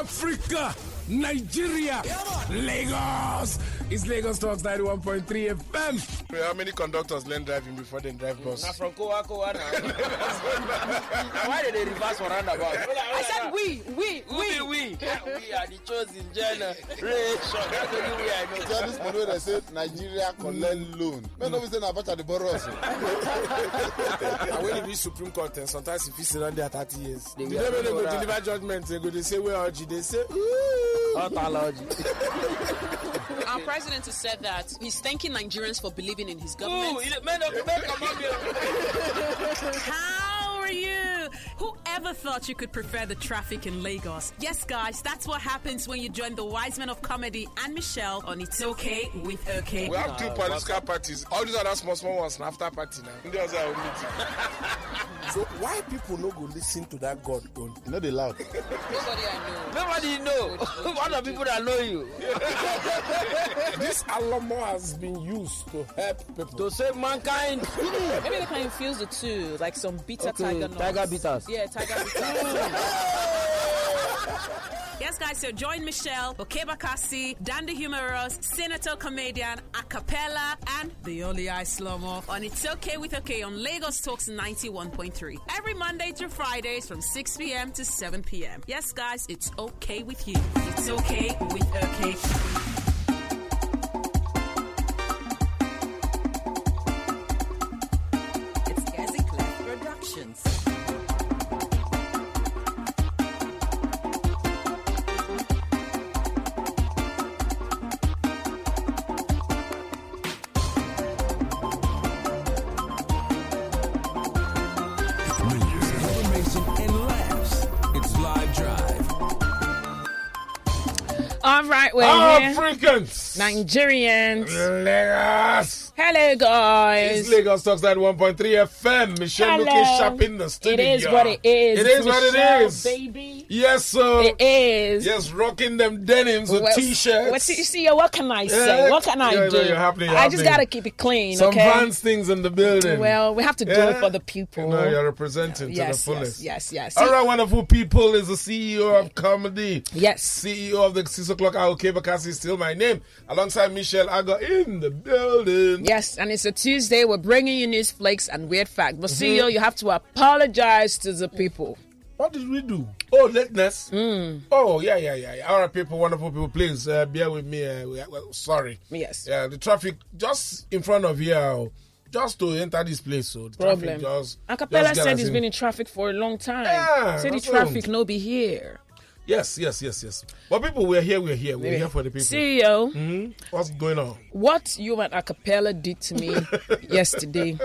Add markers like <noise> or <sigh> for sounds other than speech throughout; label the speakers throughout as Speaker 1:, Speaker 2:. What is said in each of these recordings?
Speaker 1: Africa, Nigeria, Lagos. It's Lagos Talks 91.3 FM.
Speaker 2: How many conductors learn driving before they drive
Speaker 3: na
Speaker 2: bus?
Speaker 3: from kowa kowa <laughs> na na why they dey reverse for
Speaker 4: <laughs>
Speaker 3: roundabout.
Speaker 5: I said we, we, we.
Speaker 3: we we "Ah, we are the chosen generation that's the only way i know.
Speaker 4: get this money wey dey say nigeria collect loan make no be say na abacha dey borrow us. o.
Speaker 2: and when you reach supreme court eh, sometimes you fit sit down there thirty years. the day wey they go deliver judgement they go dey say wey orji dey say ooh.
Speaker 5: Our president has said that he's thanking Nigerians for believing in his government.
Speaker 3: Ooh, you know, men of men comot here.
Speaker 6: How are you? Whoever thought you could prefer the traffic in Lagos? Yes, guys, that's what happens when you join the wise men of comedy and Michelle on It's Okay with Okay.
Speaker 2: we have two political parties all these other small small ones na after party na. ndị ọzọ ahụ meeting. <laughs> so why people no go lis ten to that god own.
Speaker 4: e no dey loud
Speaker 5: Nobody I know.
Speaker 3: nobody know <laughs> one of the people that know you
Speaker 2: this alomo has been used to help people.
Speaker 3: to save mankind.
Speaker 5: Maybe they can infuse the two, like some bitter tiger nuts.
Speaker 3: Hmm, tiger bitters.
Speaker 5: Yeah, tiger
Speaker 7: <laughs>
Speaker 5: bitters.
Speaker 6: <laughs> Yes, guys, so join Michelle, Okebakasi, Dan the Humorous, Senator Comedian, Acapella, and the Only Eye Slomo on It's Okay with Okay on Lagos Talks 91.3. Every Monday through Fridays from 6 p.m. to 7 p.m. Yes, guys, it's okay with you. It's okay with okay.
Speaker 8: It's Gazzy Clef Productions.
Speaker 9: Information and laughs. It's Live Drive.
Speaker 7: All right, we're here.
Speaker 2: africans.
Speaker 7: Nigerians.
Speaker 2: Lagos.
Speaker 7: Hello,
Speaker 2: It's
Speaker 7: guys.
Speaker 2: Lagos Talks 91.3 FM. Michelle
Speaker 7: Hello.
Speaker 2: looking sharp in the
Speaker 7: It
Speaker 2: studio.
Speaker 7: is what it is.
Speaker 2: It is what
Speaker 7: Michelle,
Speaker 2: it is.
Speaker 7: baby.
Speaker 2: Yes, sir.
Speaker 7: It is.
Speaker 2: Yes, rocking them denims with
Speaker 7: Well,
Speaker 2: t-shirts.
Speaker 7: What you see? What can I say?
Speaker 2: Yeah.
Speaker 7: What can I
Speaker 2: Yeah, no,
Speaker 7: do?
Speaker 2: you're happening, you're
Speaker 7: I just
Speaker 2: happening.
Speaker 7: gotta keep it clean,
Speaker 2: Some
Speaker 7: okay?
Speaker 2: Vans things in the building.
Speaker 7: Well, we have to do
Speaker 2: Yeah.
Speaker 7: it for the people.
Speaker 2: No, you're representing
Speaker 7: yes,
Speaker 2: to the fullest.
Speaker 7: yes, yes, yes,
Speaker 2: All right, wonderful people is the CEO of comedy.
Speaker 7: yes.
Speaker 2: CEO of the 6 o'clock hour, Kebakasi is still my name. Alongside Michelle Ago in the building.
Speaker 7: Yes, and it's a Tuesday. We're bringing you news flakes and weird facts. But
Speaker 2: Mm-hmm.
Speaker 7: CEO, you have to apologize to the people.
Speaker 2: What did we do? Oh, lateness.
Speaker 7: Hmm.
Speaker 2: Oh, yeah, yeah, yeah. yeah. All right, people, wonderful people, please uh, bear with me. Uh, we, well, sorry.
Speaker 7: Yes.
Speaker 2: Yeah, the traffic just in front of here, oh, just to enter this place. So the traffic
Speaker 7: Problem.
Speaker 2: just.
Speaker 7: Acapella
Speaker 2: just get
Speaker 7: said
Speaker 2: us
Speaker 7: he's
Speaker 2: in.
Speaker 7: been in traffic for a long time.
Speaker 2: Yeah,
Speaker 7: said the
Speaker 2: that's all.
Speaker 7: traffic no be here.
Speaker 2: Yes, yes, yes, yes. But people, we're here, we're here. We're
Speaker 7: Yeah.
Speaker 2: here for the people. Hmm?
Speaker 7: CEO,
Speaker 2: What's going on?
Speaker 7: E what you and Acapella did to
Speaker 2: <laughs>
Speaker 7: me yesterday,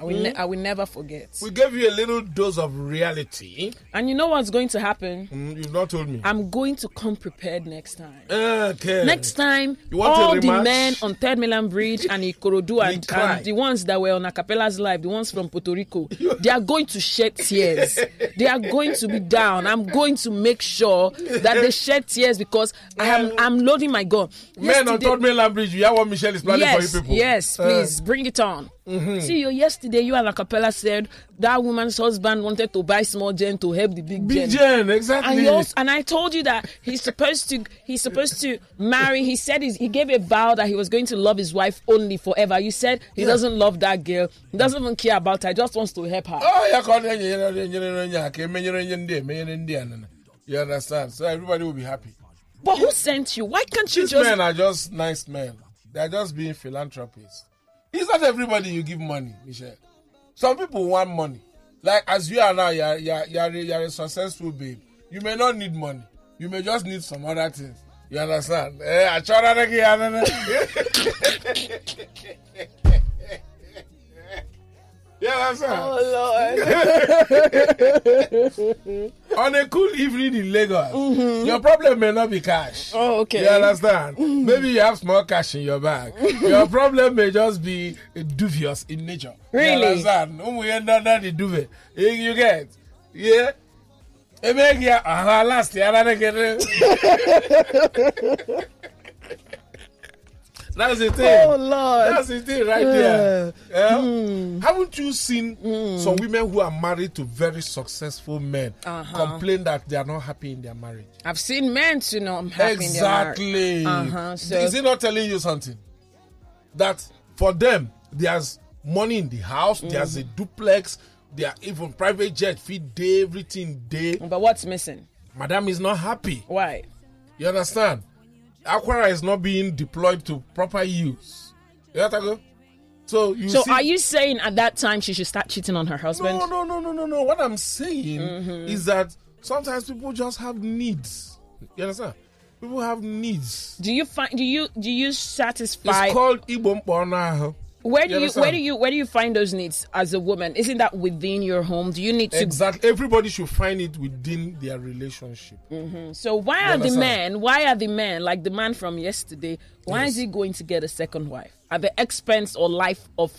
Speaker 7: I will, ne- I will never forget.
Speaker 2: Hmm? We gave you a little dose of reality.
Speaker 7: And you know what's going to happen?
Speaker 2: Mm, you've not told me.
Speaker 7: I'm going to come prepared next time.
Speaker 2: Okay.
Speaker 7: Next time,
Speaker 2: You want a
Speaker 7: all the
Speaker 2: rematch?
Speaker 7: men on Third Milan Bridge
Speaker 2: <laughs>
Speaker 7: and Ikorodu and,
Speaker 2: cry.
Speaker 7: and the ones that were on Acapella's live, the ones from Puerto Rico,
Speaker 2: <laughs>
Speaker 7: they are going to shed tears. they are going to be down. I'm going to make sure that they shed tears because I am I'm loading my gun.
Speaker 2: Men on
Speaker 7: Yesterday-
Speaker 2: Third Mainland Bridge, you hear what Michelle is planning
Speaker 7: yes,
Speaker 2: for you people.
Speaker 7: Yes,
Speaker 2: Uh, Mm-hmm.
Speaker 7: please bring it on. See you yesterday. You and Acapella said that woman's husband wanted to buy small gen to help the big
Speaker 2: Big
Speaker 7: gen.
Speaker 2: Jen, exactly.
Speaker 7: And, he also, and I told you that he's supposed to he's supposed to marry. He said he's, he gave a vow that he was going to love his wife only forever. You said he doesn't love that girl. He doesn't even care about her. He just wants to help her.
Speaker 2: Oh, yeah, call it, yeah, yeah, yeah, yeah, yeah, yeah, yeah, yeah, yeah, yeah, yeah, yeah, yeah. You understand? So everybody will be happy.
Speaker 7: But who sent you? Why can't you
Speaker 2: These
Speaker 7: just?
Speaker 2: men are just nice men. They are just being philanthropists. It's not everybody you give money, Michelle. Some people want money. Like as you are now, you are, you are, you are, a, you are a successful babe. You may not need money. You may just need some other things. You understand? Eh, I try that again. <laughs> You understand?
Speaker 7: Oh,
Speaker 2: <laughs> on a cool evening in Lagos, your problem may not be cash.
Speaker 7: Mm-hmm. Oh, okay.
Speaker 2: You understand? Maybe you have small cash in your bag. your problem may just be dubious in nature.
Speaker 7: Really?
Speaker 2: You understand? When we end under the duvet, you, you get, yeah. Eh, make ya- ah, last year, I don't get it. <laughs> That's the thing.
Speaker 7: Oh Hmm. Lord.
Speaker 2: That's the thing right there. Yeah. Haven't you seen
Speaker 7: Hmm.
Speaker 2: some women who are married to very successful men
Speaker 7: Uh-huh.
Speaker 2: complain that they are not happy in their marriage?
Speaker 7: I've seen men to know I'm happy in their marriage.
Speaker 2: exactly.
Speaker 7: Uh-huh, so-
Speaker 2: Is it not telling you something? That for them, there's money in the house, there's
Speaker 7: Mm.
Speaker 2: a duplex, there are even private jet feed day, everything day.
Speaker 7: But what's missing?
Speaker 2: Madam is not happy.
Speaker 7: Why?
Speaker 2: You understand? Aquara is not being deployed to proper use. You know what I go? So you
Speaker 7: So
Speaker 2: see,
Speaker 7: are you saying at that time she should start cheating on her husband?
Speaker 2: No, no, no, no, no, no. What I'm saying
Speaker 7: Mm-hmm.
Speaker 2: is that sometimes people just have needs. You understand? People have needs.
Speaker 7: Do you find do you do you
Speaker 2: It's
Speaker 7: satisfy
Speaker 2: called Igbo mkpa ọnụ ahụ.
Speaker 7: where
Speaker 2: you
Speaker 7: do you where
Speaker 2: understand?
Speaker 7: do you where do you find those needs as a woman? Isn't that within your home? Do you need to
Speaker 2: Exactly. Everybody should find it within their relationship.
Speaker 7: So why are the
Speaker 2: understand?
Speaker 7: men? Why are the men like the man from yesterday? Why is he going to get a second wife at the expense or life of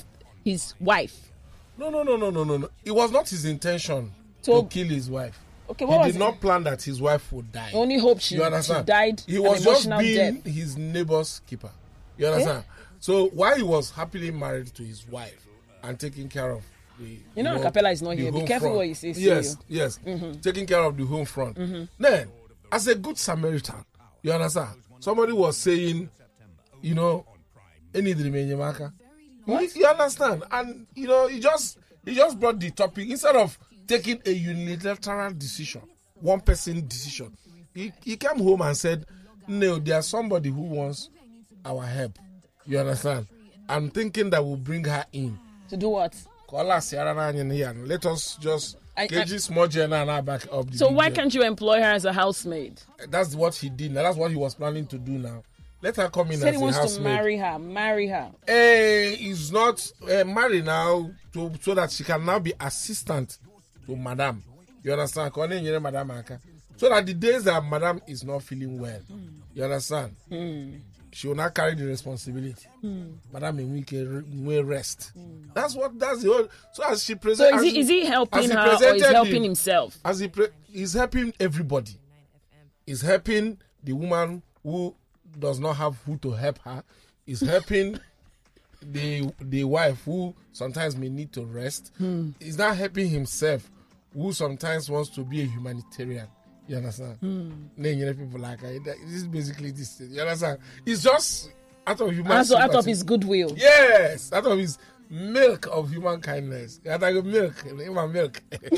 Speaker 7: his wife?
Speaker 2: No, no, no, no, no, no, no. It was not his intention
Speaker 7: So-
Speaker 2: to kill his wife.
Speaker 7: Okay,
Speaker 2: he
Speaker 7: what
Speaker 2: did
Speaker 7: was
Speaker 2: not
Speaker 7: it?
Speaker 2: plan that his wife would die.
Speaker 7: I only hope she,
Speaker 2: you understand?
Speaker 7: she died
Speaker 2: He
Speaker 7: an
Speaker 2: was just
Speaker 7: emotional
Speaker 2: being
Speaker 7: death. Eh?
Speaker 2: his neighbor's keeper. You understand? So while he was happily married to his wife and taking care of the
Speaker 7: You know Acapella is not here. Be careful what you say, see
Speaker 2: Yes,
Speaker 7: you. Mm-hmm.
Speaker 2: yes. Taking care of the home front. Then, as a good Samaritan, you understand? Somebody was saying, you know, any dream You understand? And you know, he just he just brought the topic instead of taking a unilateral decision, one person decision. He, he came home and said, No, there's somebody who wants our help. You understand? I'm thinking that we'll bring her in.
Speaker 7: To do what?
Speaker 2: Call us Sierra Nanya and here and let us just e
Speaker 7: I-
Speaker 2: get
Speaker 7: I-
Speaker 2: this small journey and now back up. The
Speaker 7: So why
Speaker 2: big
Speaker 7: can't you employ her as a housemaid?
Speaker 2: journey. that's what he did now? That's what he was planning to do now. Let her come in as
Speaker 7: Said he
Speaker 2: a
Speaker 7: wants to
Speaker 2: housemaid.
Speaker 7: marry her. Marry her.
Speaker 2: Eh, is not uh, married now to, so that she can now be assistant to madam you understand Ka ọ na-enyere madam aka so that the days that madam is not feeling well you understand
Speaker 7: Hmm.
Speaker 2: she will not carry the responsibility madam enwe ike re- nwee rest that's what that's the whole so as she
Speaker 7: Hmm. So
Speaker 2: present
Speaker 7: is
Speaker 2: as
Speaker 7: he is he helping
Speaker 2: as
Speaker 7: her or is
Speaker 2: presented
Speaker 7: helping
Speaker 2: the-
Speaker 7: himself?
Speaker 2: as he pre- he's helping everybody he's helping the woman who does not have who to help her he's helping <laughs> the the wife who sometimes may need to rest
Speaker 7: Hmm.
Speaker 2: he's not helping himself who sometimes wants to be a humanitarian you understand
Speaker 7: Hmm.
Speaker 2: Then you know people like I, that- this is basically this thing. you understand it's just out of human
Speaker 7: Also out of
Speaker 2: sympathy.
Speaker 7: his goodwill.
Speaker 2: yes out of his milk of human kindness yeah like milk human milk <laughs>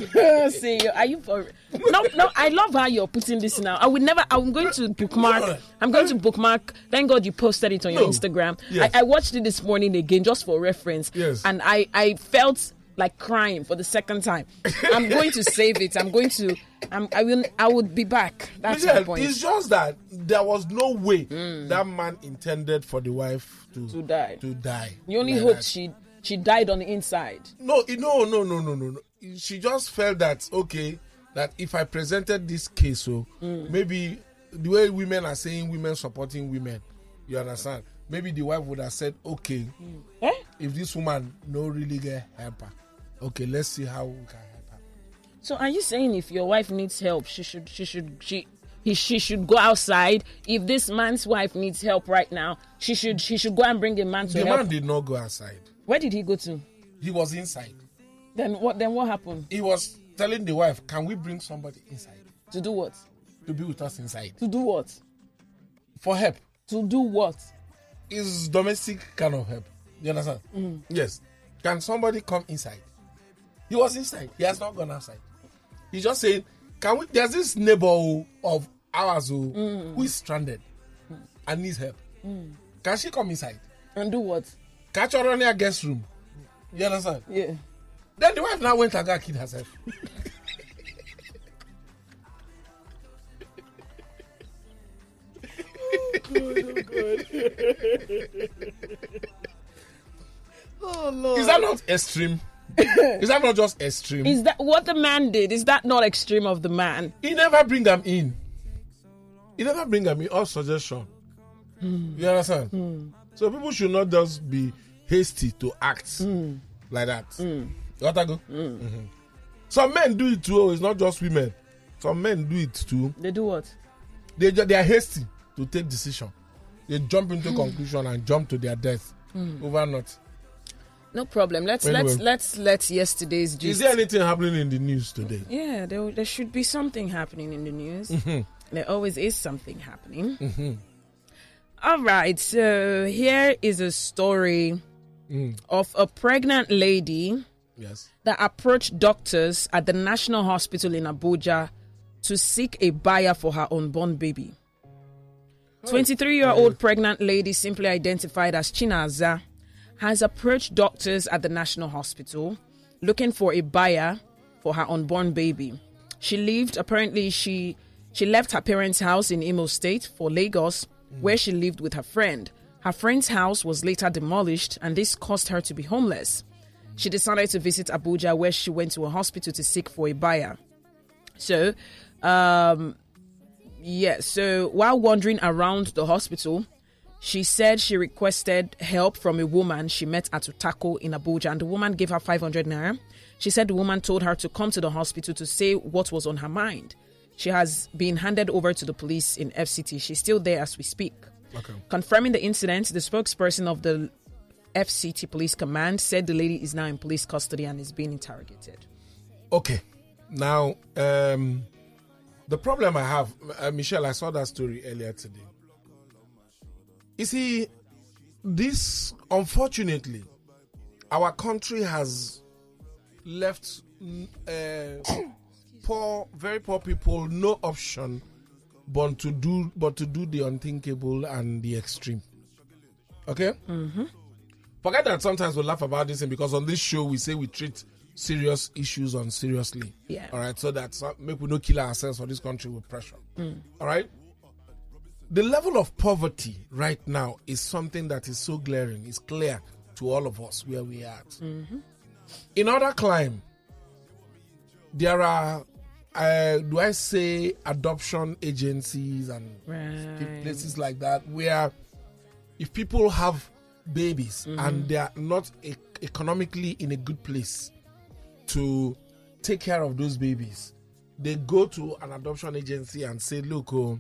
Speaker 7: <laughs> See, are you for no no i love how you're putting this now i would never i'm going to bookmark i'm going to bookmark thank god you posted it on your
Speaker 2: No.
Speaker 7: instagram
Speaker 2: Yes.
Speaker 7: I, I watched it this morning again just for reference
Speaker 2: Yes.
Speaker 7: and i i felt like crying for the second time i'm going to save it i'm going to i'm i will i would be back that's my
Speaker 2: Michelle,
Speaker 7: point Hmm.
Speaker 2: it's just that there was no way that man intended for the wife to,
Speaker 7: To die.
Speaker 2: To die.
Speaker 7: you only
Speaker 2: like
Speaker 7: hope
Speaker 2: that.
Speaker 7: she she died on the inside
Speaker 2: No, it- no, no, no, no, no, no. She just felt that okay, that if I presented this case, so
Speaker 7: Hmm.
Speaker 2: maybe the way women are saying women supporting women, you understand? Maybe the wife would have said, okay,
Speaker 7: Eh?
Speaker 2: if this woman no really get help her, okay, let's see how we can help her.
Speaker 7: so are you saying if your wife needs help she should she should she he, she should go outside. If this man's wife needs help right now, she should she should go and bring a man to
Speaker 2: The
Speaker 7: help.
Speaker 2: man did not go outside.
Speaker 7: Where did he go to?
Speaker 2: He was inside.
Speaker 7: Then what? Then what happened?
Speaker 2: He was telling the wife, can we bring somebody inside?
Speaker 7: To do what?
Speaker 2: to be with us inside
Speaker 7: To do what?
Speaker 2: for help.
Speaker 7: To do what?
Speaker 2: It's domestic kind of help. You understand? Yes. Can somebody come inside? He was inside. He has not gone outside. He's just saying, "Can we?" There's this neighbor who- of ours who, who is stranded and needs help. Can she come inside?
Speaker 7: And do what?
Speaker 2: Catch her on her guest room. You understand?
Speaker 7: Yeah.
Speaker 2: Then the wife now went and got killed herself.
Speaker 7: Oh Lord.
Speaker 2: Is that not extreme? is that not just extreme?
Speaker 7: Is that what the man did? Is that not extreme of the man?
Speaker 2: he never bring am in he never bring am in all suggestion you understand so people should not just be hasty to act like that you understand Mhm. some men do it too oh, it's not just women some men do it too
Speaker 7: They do what?
Speaker 2: they ju- they are hasty to take decision they jump into conclusion and jump to their death over not.
Speaker 7: No problem. Let's
Speaker 2: Anyway.
Speaker 7: let's let's let yesterday's
Speaker 2: Is
Speaker 7: gist.
Speaker 2: there anything happening in the news today?
Speaker 7: yeah, there there should be something happening in the news. There always is something happening. All right. So here is a story of a pregnant lady
Speaker 2: Yes.
Speaker 7: that approached doctors at the National Hospital in Abuja to seek a buyer for her unborn baby. 23 year old pregnant lady, simply identified as Chinaza, has approached doctors at the National Hospital looking for a buyer for her unborn baby. She lived, apparently, she, she left her parents' house in Imo State for Lagos, where she lived with her friend. Her friend's house was later demolished, and this caused her to be homeless. She decided to visit Abuja, where she went to a hospital to seek for a buyer. So, um, yeah, so while wandering around the hospital, she said she requested help from a woman she met at Utako in Abuja, and the woman gave her 500 naira. She said the woman told her to come to the hospital to say what was on her mind. She has been handed over to the police in FCT. She's still there as we speak. Confirming the incident, the spokesperson of the FCT Police Command said the lady is now in police custody and is being interrogated.
Speaker 2: Okay. Now, um, the problem I have, uh, Michelle, I saw that story earlier today. You see, this, unfortunately, our country has left mm, uh, poor, very poor people no option but to do but to do the unthinkable and the extreme. Okay. Forget that sometimes we laugh about this thing because on this show we say we treat serious issues on seriously.
Speaker 7: Yeah.
Speaker 2: All right. So that so- make we no kill ourselves for this country with pressure. All right. The level of poverty right now is something that is so glaring. It's clear to all of us where we are. At. In other climb, there are uh, do I say adoption agencies and
Speaker 7: Right.
Speaker 2: places like that where if people have babies and they are not e- economically in a good place to take care of those babies, they go to an adoption agency and say, Look, oh,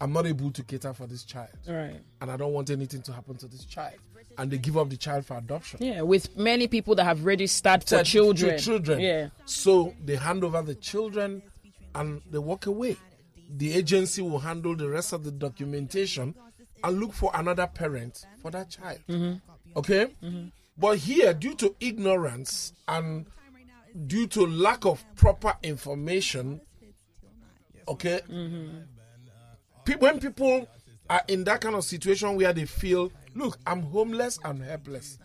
Speaker 2: I'm not able to cater for this child
Speaker 7: Right.
Speaker 2: and I don't want anything to happen to this child. And they give up the child for adoption.
Speaker 7: Yeah, with many people that have registered for
Speaker 2: To- to
Speaker 7: children.
Speaker 2: children.
Speaker 7: Yeah.
Speaker 2: So they hand over the children and they walk away. The agency will handle the rest of the documentation and look for another parent for that child.
Speaker 7: Mm-hmm.
Speaker 2: Okay? But here, due to ignorance and due to lack of proper information, okay,
Speaker 7: Mm-hmm.
Speaker 2: pe- when people are in that kind of situation where they feel, look, I'm homeless, I'm helpless,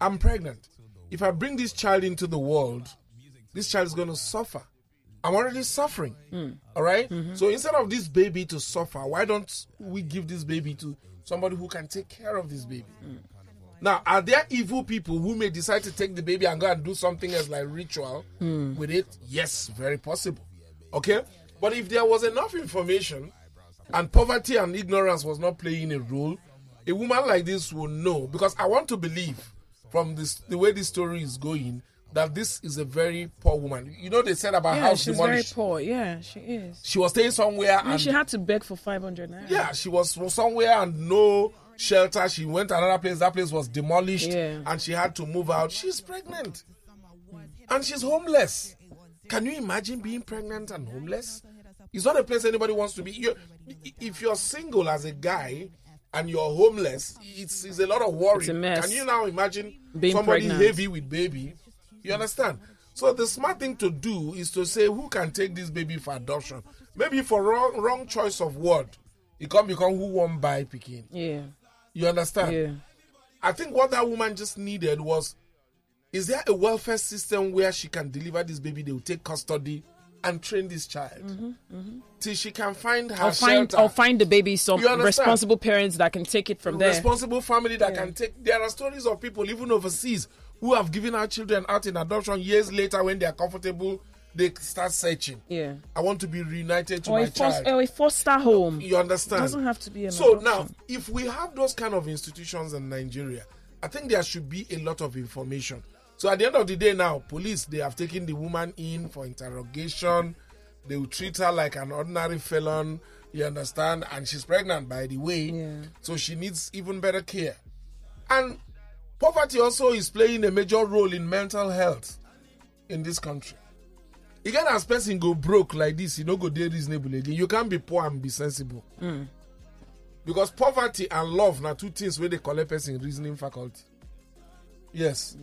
Speaker 2: I'm pregnant. If I bring this child into the world, this child is going to suffer. I'm already suffering. All right?
Speaker 7: Mm-hmm.
Speaker 2: So instead of this baby to suffer, why don't we give this baby to somebody who can take care of this baby?
Speaker 7: Mm.
Speaker 2: Now, are there evil people who may decide to take the baby and go and do something else like ritual
Speaker 7: Mm.
Speaker 2: with it? Yes, very possible. Okay? But if there was enough information and poverty and ignorance was not playing a role, a woman like this will know. Because I want to believe from this the way this story is going that this is a very poor woman. You know they said about
Speaker 7: Yeah,
Speaker 2: how
Speaker 7: she's very
Speaker 2: demolished.
Speaker 7: poor. Yeah, she is.
Speaker 2: She was staying somewhere
Speaker 7: I mean,
Speaker 2: and
Speaker 7: she had to beg for 500 naira.
Speaker 2: yeah, she was from somewhere and no shelter. She went to another place. That place was demolished
Speaker 7: Yeah.
Speaker 2: and she had to move out. She's pregnant and she's homeless. Can you imagine being pregnant and homeless? It's not a place anybody wants to be. You, if you're single as a guy and you're homeless, it's, it's a lot of worry.
Speaker 7: It's a mess.
Speaker 2: Can you now imagine
Speaker 7: Being
Speaker 2: somebody
Speaker 7: pregnant.
Speaker 2: heavy with baby? You understand? So the smart thing to do is to say who can take this baby for adoption. Maybe for wrong wrong choice of word, it can become who won't buy picking.
Speaker 7: Yeah.
Speaker 2: You understand?
Speaker 7: Yeah.
Speaker 2: I think what that woman just needed was is there a welfare system where she can deliver this baby? They will take custody and train this child till she can find her
Speaker 7: I'll Mm-hmm, find
Speaker 2: shelter.
Speaker 7: I'll find the baby some
Speaker 2: You understand?
Speaker 7: responsible parents that can take it from there.
Speaker 2: responsible family that can take. There are stories of people even overseas who have given our children out in adoption years later when they are comfortable. They start searching.
Speaker 7: yeah.
Speaker 2: I want to be reunited to
Speaker 7: Or
Speaker 2: my
Speaker 7: a, fos-
Speaker 2: child.
Speaker 7: or a foster home.
Speaker 2: You understand?
Speaker 7: Doesn't have to be an
Speaker 2: So
Speaker 7: adoption.
Speaker 2: now, if we have those kind of institutions in Nigeria, I think there should be a lot of information. So at the end of the day, now police they have taken the woman in for interrogation. They will treat her like an ordinary felon. You understand? And she's pregnant, by the way.
Speaker 7: Yeah.
Speaker 2: So she needs even better care. And poverty also is playing a major role in mental health in this country. You can't as person go broke like this, you know, go there reasonable again. You can't be poor and be sensible. Because poverty and love are two things where they collect person reasoning faculty. Yes.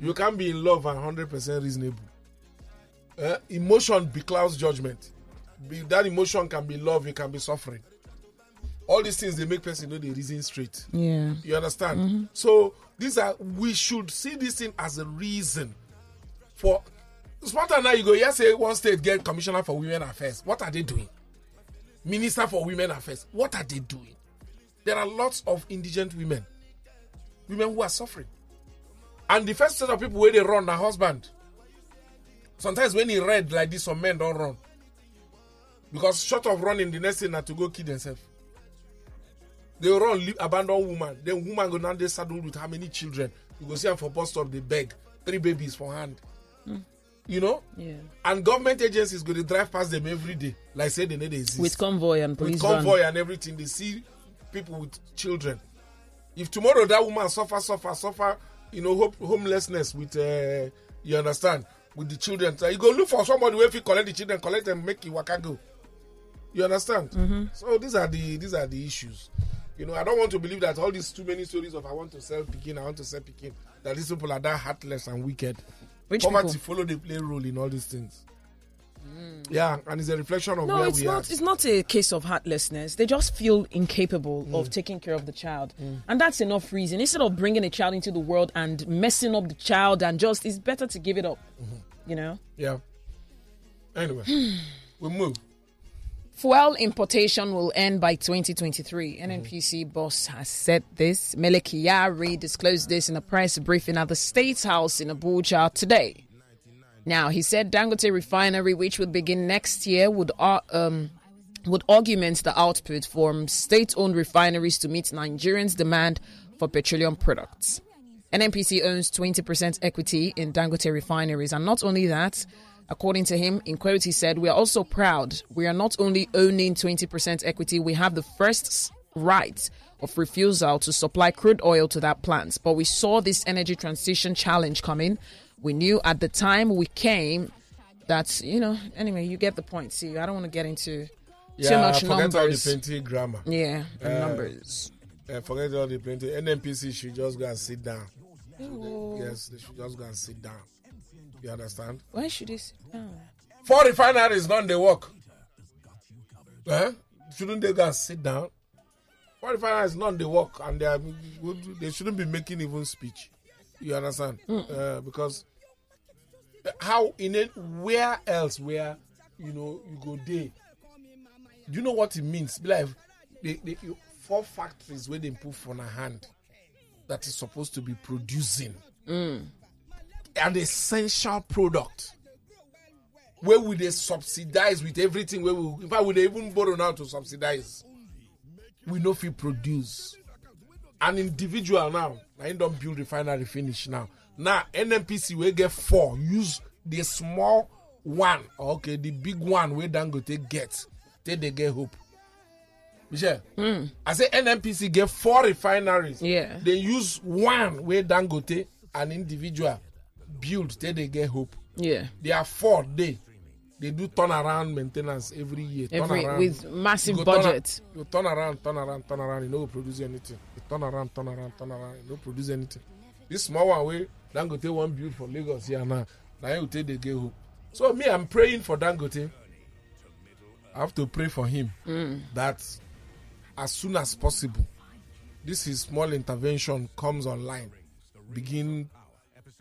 Speaker 2: You can't be in love and 100% reasonable. Eh, emotion beclouds judgment. Be- that emotion can be love, it can be suffering. All these things they make person know they reason straight.
Speaker 7: Yeah.
Speaker 2: You understand? So these are we should see this thing as a reason for smarter now you go, yes, say one state get commissioner for women affairs. What are they doing? Minister for women affairs. What are they doing? There are lots of indigent women. Women who are suffering. And the first set of people where they run, their husband. Sometimes when he read like this, some men don't run. Because short of running, the next thing na to go kill themselves they will run leave abandon woman then woman go now dey saddled with how many children you go see am for bus stop dey beg three babies for hand you know
Speaker 7: Yeah.
Speaker 2: and government agencies go dey drive past them every day like say they no dey exist
Speaker 7: With convoy and police
Speaker 2: with
Speaker 7: van.
Speaker 2: convoy and everything they see people with children if tomorrow that woman suffer suffer suffer you know hope, homelessness with uh, you understand with the children so you go look for somebody wey fit collect the children collect them make e waka go you understand mm-hmm. so these are the these are the issues you know i don't want to believe that all these too many stories of i want to sell pikin i want to sell pikin that these people are that heartless and wicked
Speaker 7: Rich
Speaker 2: poverty
Speaker 7: people.
Speaker 2: follow dey play role in all these things mm. yeah and it's a reflection of
Speaker 7: No,
Speaker 2: where
Speaker 7: it's
Speaker 2: we
Speaker 7: not.
Speaker 2: are
Speaker 7: It's not a case of heartlessness. They just feel incapable
Speaker 2: Mm.
Speaker 7: of taking care of the child, and that's enough reason. Instead of bringing a child into the world and messing up the child, and just it's better to give it up.
Speaker 2: Mm-hmm.
Speaker 7: You know,
Speaker 2: Yeah. Anyway,
Speaker 7: Hmm.
Speaker 2: we move.
Speaker 7: fuel importation will end by 2023. NNPC boss has said this. Mele Kyari disclosed this in a press briefing at the State House in Abuja today. Now, he said Dangote refinery, which would begin next year, would uh, um, would augment the output from state-owned refineries to meet Nigerians' demand for petroleum products. NNPC owns 20% equity in Dangote refineries, and not only that, according to him, in quotes, he said, "We are also proud. We are not only owning 20% equity; we have the first s- right." Of refusal to supply crude oil to that plant, but we saw this energy transition challenge coming, we knew at the time we came that you know anyway you get the point see i don't want to get into too much
Speaker 2: forget
Speaker 7: numbers
Speaker 2: all the plenty grammar.
Speaker 7: yeah and numbers
Speaker 2: Uh, forget all the plenty. NMPC should just go and sit down.
Speaker 7: Oh.
Speaker 2: Yes, they should just go and sit down. You understand?
Speaker 7: why should oh. they sit down
Speaker 2: Four refineries done the work. Eh? Shouldn't they go and sit down? Four refineries done the work, and they are, they shouldn't be making even speech. You understand? Uh, because eh, how in it where else where you know you go there do you know what it means be like they, they, you- four factories where they put for a hand that is supposed to be producing an essential product where we they subsidize with everything where we in fact we dey even borrow now to subsidize we know if we produce an individual now na him don build refinery finish now now nnpc wey get four use the small one or okay the big one wey dangote get take dey get hope michelle mm. i say nnpc get four refineries
Speaker 7: Yeah.
Speaker 2: they use one wey dangote an individual build take dey get hope
Speaker 7: yeah
Speaker 2: they are four day they do turnaround main ten ance every year
Speaker 7: every
Speaker 2: turnaround.
Speaker 7: with
Speaker 2: You
Speaker 7: massive
Speaker 2: go turn a-
Speaker 7: budget
Speaker 2: you turn around, turn around, turn around, you no go produce anything. You turn around, turn around, turn around, you no produce anything. This small one wey Dangote wan build for Lagos here now, na him go take dey get hope. So me, I'm praying for Dangote. I have to pray for him
Speaker 7: Mm.
Speaker 2: that as soon as possible, this his small intervention comes online, begin,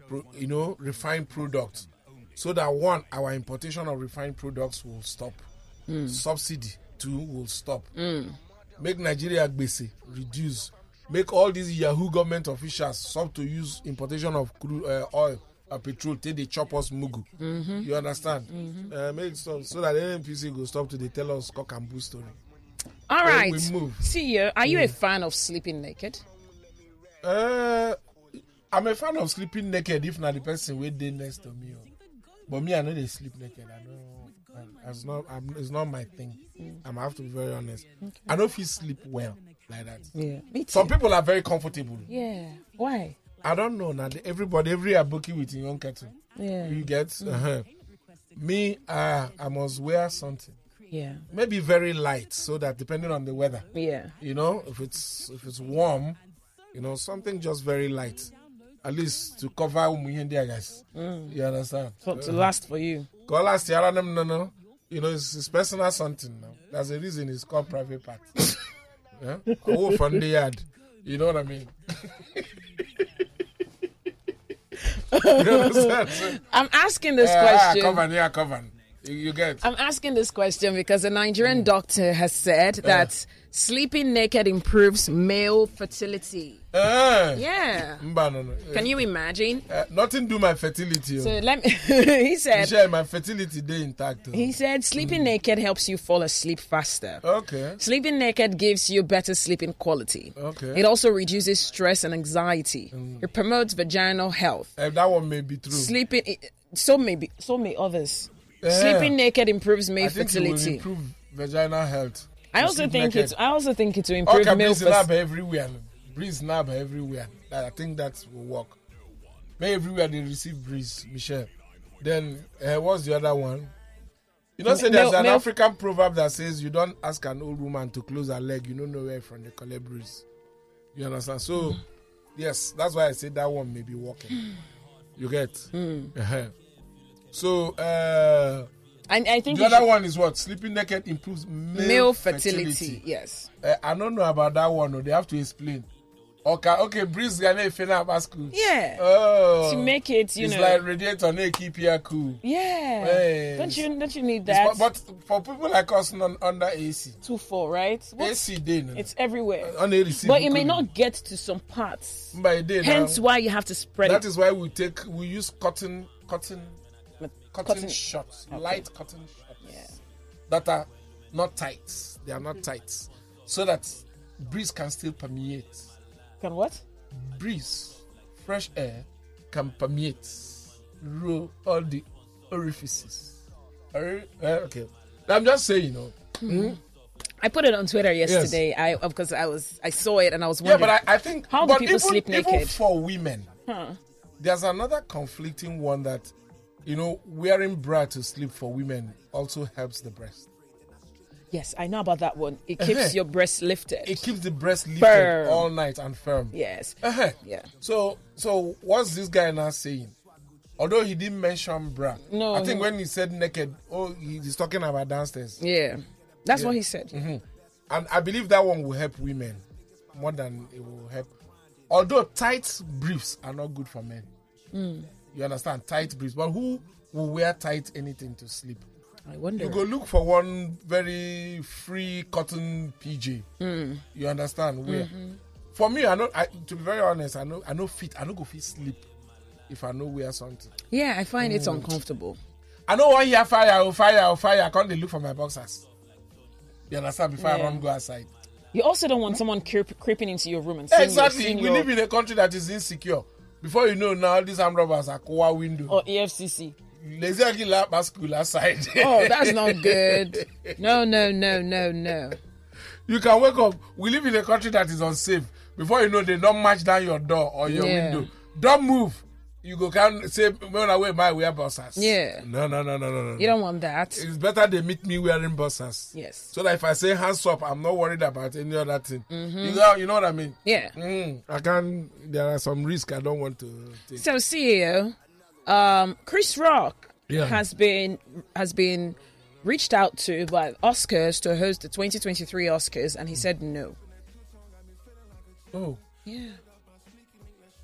Speaker 2: pro, you know, refined products, so that one, our importation of refined products will stop subsidy too will stop. Make Nigeria gbese reduce. Make all these Yahoo government officials stop to use importation of crude uh, oil and petrol till they chop us mugu. You understand? Uh, make stop so that NNPC go stop to they tell us cock and bull story.
Speaker 7: all
Speaker 2: Then
Speaker 7: right
Speaker 2: we move.
Speaker 7: see you are you a fan of sleeping naked
Speaker 2: Uh, I'm a fan of sleeping naked if not the person wait day next to me. oh. But me, I know they sleep naked. I know. It's not. I'm, it's not my thing. I'm. I have to be very honest. I don't feel sleep well like that.
Speaker 7: Yeah. Me too.
Speaker 2: Some people are very comfortable.
Speaker 7: Yeah. Why?
Speaker 2: I don't know. Now everybody, every aboki with your own kettle.
Speaker 7: Yeah.
Speaker 2: You get. Uh-huh. Me, uh, I must wear something.
Speaker 7: Yeah.
Speaker 2: Maybe very light, so that depending on the weather,
Speaker 7: Yeah.
Speaker 2: you know, if it's if it's warm, you know, something just very light, at least to cover umuyende, guys.
Speaker 7: Mm.
Speaker 2: You understand?
Speaker 7: For, to last for you.
Speaker 2: Kola Sierra no no no. You know, it's, it's personal something now. That's the reason it's called private
Speaker 7: <laughs>
Speaker 2: part. yeah? A wolf on the yard. You know what I mean? <laughs> you understand?
Speaker 7: I'm asking <laughs> this
Speaker 2: Ah,
Speaker 7: question. Ah.
Speaker 2: cover, yeah, cover. You, you get.
Speaker 7: I'm asking this question because a Nigerian
Speaker 2: Mm.
Speaker 7: doctor has said
Speaker 2: Ah.
Speaker 7: that sleeping naked improves male fertility.
Speaker 2: Eh.
Speaker 7: Yeah.
Speaker 2: Mba, no, no.
Speaker 7: Can you imagine?
Speaker 2: Eh, nothing do my fertility.
Speaker 7: So
Speaker 2: So,
Speaker 7: let me. <laughs> he said.
Speaker 2: Michelle, my fertility day intact. oh.
Speaker 7: <laughs> He said sleeping naked helps you fall asleep faster.
Speaker 2: Okay.
Speaker 7: Sleeping naked gives you better sleeping quality.
Speaker 2: Okay. Mm.
Speaker 7: It also reduces stress and anxiety. It promotes vaginal health.
Speaker 2: Eh, that one may be true.
Speaker 7: Sleeping, so maybe, so may others.
Speaker 2: Yeah.
Speaker 7: Sleeping naked improves male
Speaker 2: I think it will
Speaker 7: fertility.
Speaker 2: improve vaginal health.
Speaker 7: I
Speaker 2: to
Speaker 7: also
Speaker 2: sleep
Speaker 7: think
Speaker 2: naked.
Speaker 7: it. I also think it will improve
Speaker 2: Okay,
Speaker 7: male
Speaker 2: breeze
Speaker 7: fertility.
Speaker 2: nab everywhere. Breeze nab everywhere. I think that will work. May everywhere they receive breeze, Michelle. Then uh, what's the other one? You know, say there's
Speaker 7: Mil-
Speaker 2: an
Speaker 7: milk-
Speaker 2: African proverb that says you don't ask an old woman to close her leg, you don't know where from the color breeze. You understand? So yes, that's why I say that one may be working. You get? Uh-huh. <laughs> So uh,
Speaker 7: I, I think
Speaker 2: the
Speaker 7: it
Speaker 2: other
Speaker 7: should-
Speaker 2: one is what? Sleeping naked improves male,
Speaker 7: male fertility.
Speaker 2: fertility.
Speaker 7: Yes.
Speaker 2: Uh, I don't know about that one. oh, They have to explain. Okay, okay, breeze gonna finish up at school.
Speaker 7: Yeah.
Speaker 2: Oh,
Speaker 7: to make it, you
Speaker 2: it's
Speaker 7: know.
Speaker 2: like radiator. They keep here cool.
Speaker 7: yeah.
Speaker 2: Yes.
Speaker 7: Don't you don't you need that?
Speaker 2: But, but for people like us, non under AC,
Speaker 7: Two four, right? What-
Speaker 2: AC day. No.
Speaker 7: It's everywhere.
Speaker 2: on the receive.
Speaker 7: but it may not get to some parts.
Speaker 2: by day.
Speaker 7: Hence
Speaker 2: now.
Speaker 7: why you have to spread
Speaker 2: Mm, that
Speaker 7: it.
Speaker 2: is why we take we use cotton, cotton,
Speaker 7: Ma-
Speaker 2: cotton,
Speaker 7: cotton-
Speaker 2: shorts,
Speaker 7: okay.
Speaker 2: light cotton shorts
Speaker 7: Yeah.
Speaker 2: that are not tight. They are not tight, so that breeze can still permeate.
Speaker 7: Can what?
Speaker 2: breeze, fresh air can permeate through all the orifices. Ori- eh, okay, I'm just saying, you know.
Speaker 7: I put it on Twitter yesterday. I of course I was I saw it and I was
Speaker 2: Yeah,
Speaker 7: wondering.
Speaker 2: but I, I think
Speaker 7: How do
Speaker 2: but
Speaker 7: people
Speaker 2: even,
Speaker 7: sleep
Speaker 2: Even
Speaker 7: naked?
Speaker 2: for women, there's another conflicting one that, you know, wearing bra to sleep for women also helps the breast.
Speaker 7: yes, I know about that one. It keeps
Speaker 2: Uh-huh.
Speaker 7: your breast lifted.
Speaker 2: It keeps the breast lifted
Speaker 7: Firm.
Speaker 2: all night and firm.
Speaker 7: yes.
Speaker 2: Uh-huh.
Speaker 7: Yeah.
Speaker 2: So, so what's this guy now saying? Although he didn't mention bra,
Speaker 7: No,
Speaker 2: I think
Speaker 7: he-
Speaker 2: when he said naked, oh, he- he's talking about downstairs,
Speaker 7: Yeah. That's what he said.
Speaker 2: Mm-hmm. and I believe that one will help women more than it will help. Although tight briefs are not good for men,
Speaker 7: Hmm.
Speaker 2: you understand tight briefs, but who will wear tight anything to sleep?
Speaker 7: I wonder.
Speaker 2: You go look for one very free cotton PJ.
Speaker 7: Hmm.
Speaker 2: You understand? Where?
Speaker 7: Mm-hmm.
Speaker 2: For me, I know. I, to be very honest, I know. I know fit. I know go fit sleep if I know wear something.
Speaker 7: Yeah, I find
Speaker 2: Mm.
Speaker 7: it uncomfortable.
Speaker 2: I know one year fire, oh, fire, oh, fire. I can't dey look for my boxers. You understand? Before I
Speaker 7: Yeah.
Speaker 2: run go outside.
Speaker 7: You also don't want someone creep, creeping into your room and seeing
Speaker 2: exactly.
Speaker 7: your, seeing
Speaker 2: we
Speaker 7: your-
Speaker 2: live in a country that is insecure. Before you know, now these armed robbers are kowa window.
Speaker 7: or E EFCC.
Speaker 2: Lazy Akila bascule outside.
Speaker 7: Oh, that's
Speaker 2: <laughs>
Speaker 7: not good. No, no, no, no, no.
Speaker 2: you can wake up. We live in a country that is unsafe. Before you know, they don't march down your door or your
Speaker 7: Yeah.
Speaker 2: window. Don't move. You go can say, "Man, I wear my wear buses."
Speaker 7: Yeah.
Speaker 2: No, no, no, no, no, no.
Speaker 7: You don't want that.
Speaker 2: It's better they meet me wearing buses.
Speaker 7: Yes.
Speaker 2: So that if I say hands up, I'm not worried about any other thing.
Speaker 7: Mm-hmm.
Speaker 2: You know, you know what I mean?
Speaker 7: Yeah.
Speaker 2: Mm, I can. There are some risks I don't want to take.
Speaker 7: So CEO, um, Chris Rock
Speaker 2: Yeah.
Speaker 7: has been has been reached out to by Oscars to host the 2023 Oscars, and he said no.
Speaker 2: oh,
Speaker 7: Yeah,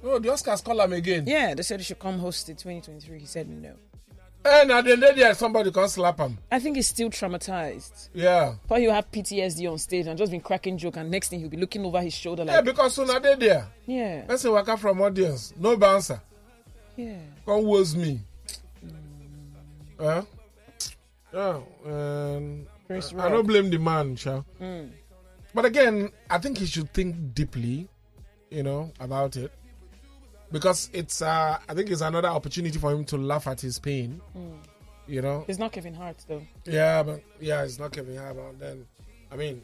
Speaker 2: oh, the Oscars call him again.
Speaker 7: yeah. They said he should come host the 2023. He said no.
Speaker 2: Hey, now the day there somebody can slap him.
Speaker 7: I think he's still traumatized.
Speaker 2: Yeah.
Speaker 7: But he'll have PTSD on stage and just been cracking joke, and next thing he'll be looking over his shoulder
Speaker 2: Yeah,
Speaker 7: like,
Speaker 2: because soon I did there.
Speaker 7: yeah,
Speaker 2: Let's say waka from audience. No bouncer.
Speaker 7: yeah.
Speaker 2: Come woes me. Huh? Yeah. Um,
Speaker 7: Chris
Speaker 2: I
Speaker 7: Rock.
Speaker 2: don't blame the man, Sha.
Speaker 7: Mm.
Speaker 2: But again, I think he should think deeply, you know, about it.
Speaker 7: Mm.
Speaker 2: Because it's uh I think it's another opportunity for him to laugh at his pain. You know,
Speaker 7: It's not Kevin Hart though.
Speaker 2: yeah, but yeah, it's not Kevin Hart. But then, I mean,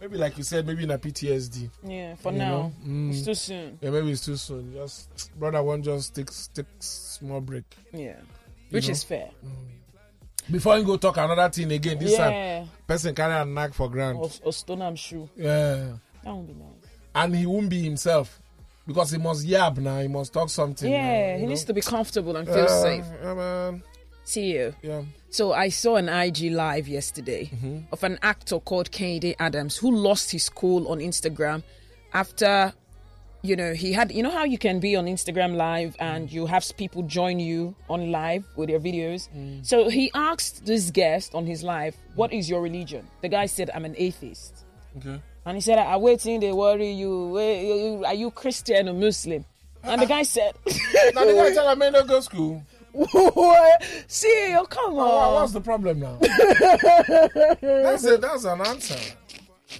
Speaker 2: maybe like you said, maybe in a PTSD.
Speaker 7: Yeah, for
Speaker 2: You
Speaker 7: now,
Speaker 2: know? Mm.
Speaker 7: it's too soon.
Speaker 2: Yeah, maybe it's too soon. Just brother, one just take take small break
Speaker 7: Yeah, which
Speaker 2: know?
Speaker 7: is fair.
Speaker 2: before you go talk another thing again. This time,
Speaker 7: yeah,
Speaker 2: person carry a knack for ground.
Speaker 7: or, or Stoneham shoe.
Speaker 2: Yeah,
Speaker 7: That would be nice.
Speaker 2: and he won't be himself because he must yab now. He must talk something.
Speaker 7: Yeah, he needs to be comfortable and feel
Speaker 2: Uh,
Speaker 7: safe.
Speaker 2: Um, Yeah, man.
Speaker 7: See you.
Speaker 2: Yeah.
Speaker 7: So I saw an IG live yesterday of an actor called Kennedy Adams who lost his cool on Instagram after you know he had you know how you can be on Instagram live and you have people join you on live with their videos. So he asked this guest on his live, "What is your religion?" The guy said, "I'm an atheist."
Speaker 2: Okay.
Speaker 7: And he said, "I waiting. They worry you. Wait, you- you- Are you Christian or Muslim?" And the guy said, <laughs>
Speaker 2: Now the
Speaker 7: Oh.
Speaker 2: guy tell him, "Man, don't go to school."
Speaker 7: "What? See, oh come
Speaker 2: Wha-
Speaker 7: on."
Speaker 2: what's the problem
Speaker 7: <laughs>
Speaker 2: now? that's a, that's an answer,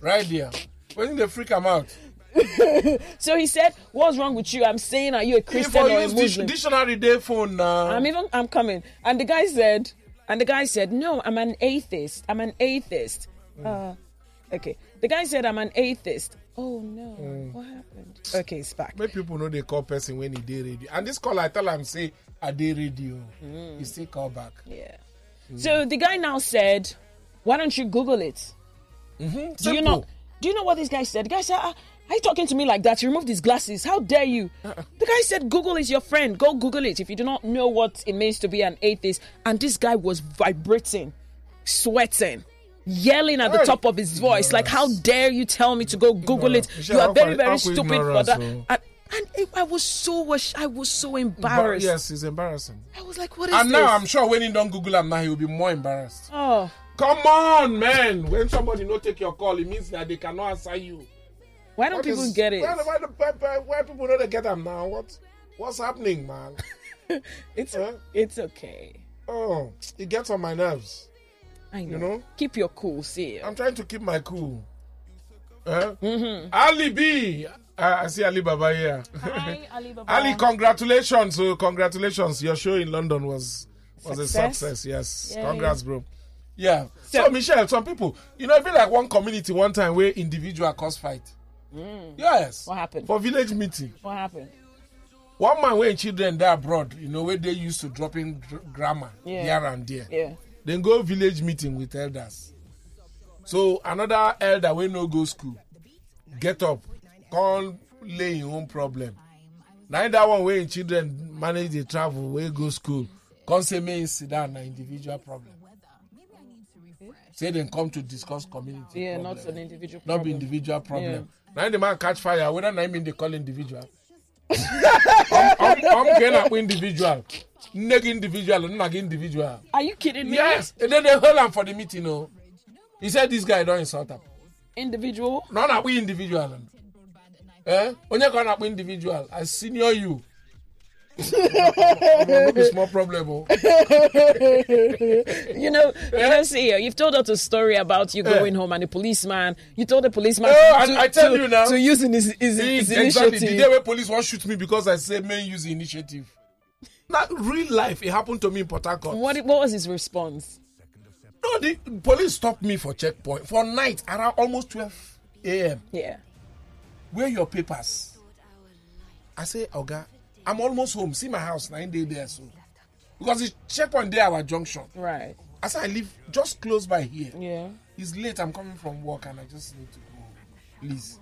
Speaker 2: right there. When they freak him out,
Speaker 7: So he said, "What's wrong with you? I'm saying, are you a
Speaker 2: if
Speaker 7: Christian
Speaker 2: I
Speaker 7: or a
Speaker 2: use dic-
Speaker 7: Muslim?"
Speaker 2: dictionary day phone now,
Speaker 7: I'm even. I'm coming. And the guy said, and the guy said, "No, I'm an atheist. I'm an atheist."
Speaker 2: Mm.
Speaker 7: Uh, okay. The guy said, "I'm an atheist." Oh no!
Speaker 2: Mm.
Speaker 7: What happened? Okay, it's back.
Speaker 2: make people know they call person when he did radio. And this call I tell him say I did radio.
Speaker 7: Mm.
Speaker 2: He still call back.
Speaker 7: Yeah. So the guy now said, "Why don't you Google it?
Speaker 2: Mm-hmm.
Speaker 7: Do you know? Do you know what this guy said? The guy said." Ah, are you talking to me like that? You removed his glasses. How dare you?
Speaker 2: Uh-uh.
Speaker 7: The guy said, Google is your friend. Go Google it if you do not know what it means to be an atheist. And this guy was vibrating, sweating, yelling at the
Speaker 2: Hey.
Speaker 7: top of his voice. Like, how dare you tell me to go Google it?
Speaker 2: Ignorance. You
Speaker 7: You
Speaker 2: should
Speaker 7: are very,
Speaker 2: have
Speaker 7: very
Speaker 2: aqua
Speaker 7: stupid for
Speaker 2: ignorance,
Speaker 7: that.
Speaker 2: oh.
Speaker 7: And, and it, I was so, ash- I was so
Speaker 2: But
Speaker 7: embarrassed.
Speaker 2: yes, it's embarrassing.
Speaker 7: I was like, what is
Speaker 2: And
Speaker 7: this?
Speaker 2: now I'm sure when he don't Google him now, he will be more embarrassed.
Speaker 7: oh.
Speaker 2: Come on, man. When somebody no take your call, it means that they cannot answer you.
Speaker 7: Why don't
Speaker 2: What
Speaker 7: people
Speaker 2: is-
Speaker 7: get it?
Speaker 2: Why, why, why, why, why people don't get them now? What, what's happening,
Speaker 7: <laughs>
Speaker 2: man?
Speaker 7: It's
Speaker 2: Huh?
Speaker 7: it's okay.
Speaker 2: Oh, it gets on my nerves.
Speaker 7: I know.
Speaker 2: know?
Speaker 7: Keep your cool, see you.
Speaker 2: I'm trying to keep my cool. Huh?
Speaker 7: Mm-hmm.
Speaker 2: Ali B. I, I see Ali Baba here. <laughs>
Speaker 7: Um,
Speaker 2: Ali, congratulations. Oh, congratulations. Your show in London was was a
Speaker 7: Success.
Speaker 2: success. Yes.
Speaker 7: Yay.
Speaker 2: Congrats, bro. Yeah. So,
Speaker 7: So-
Speaker 2: Michelle, some people, you know, I feel like one community one time where individual cause fight. Yes.
Speaker 7: Mm. What happened?
Speaker 2: For village meeting.
Speaker 7: What happened?
Speaker 2: One man where children there abroad, you know, where they used to dropping dr- grammar
Speaker 7: Yeah.
Speaker 2: here and there.
Speaker 7: Yeah.
Speaker 2: Then go village meeting with elders. So another elder wey no go school get up come lay him own problem. Na him that one wey him children manage dey travel wey go school come say make him sit down na individual problem. Say dem come to discuss community
Speaker 7: Yeah,
Speaker 2: problem.
Speaker 7: not an individual
Speaker 2: Not be
Speaker 7: problem.
Speaker 2: individual problem.
Speaker 7: Yeah.
Speaker 2: Na him the man catch fire whether na him him dey call individual. <laughs> I'm I'm I'm getting up individual. Nne gị individual, nna gị individual.
Speaker 7: Are you kidding me?
Speaker 2: Yes, and then they hold am for the meeting. Oh, he said this guy don insult am.
Speaker 7: Individual?
Speaker 2: No, na we individual. Eh? Onye ka na we individual. I senior
Speaker 7: <laughs>
Speaker 2: you. no be small problem oh. o.
Speaker 7: You know, you know, see you. You've told us a story about you going home and the policeman. You told the policeman
Speaker 2: Eh. Oh,
Speaker 7: to,
Speaker 2: and I tell
Speaker 7: to-
Speaker 2: you now.
Speaker 7: to use his, his, his
Speaker 2: Exactly the day
Speaker 7: initiative.
Speaker 2: wey police wan shoot me because I say men use initiative. Na real life it happen to me in Port Harcourt.
Speaker 7: What what was his response?
Speaker 2: No, the police stop me for checkpoint for night around almost twelve a.m.
Speaker 7: Yeah.
Speaker 2: where your papers i say oga i'm almost home see my house na him dey there so because the checkpoint dey our junction
Speaker 7: Right.
Speaker 2: as i live just close by here
Speaker 7: Yeah.
Speaker 2: it's late i'm coming from work and i just need to go home please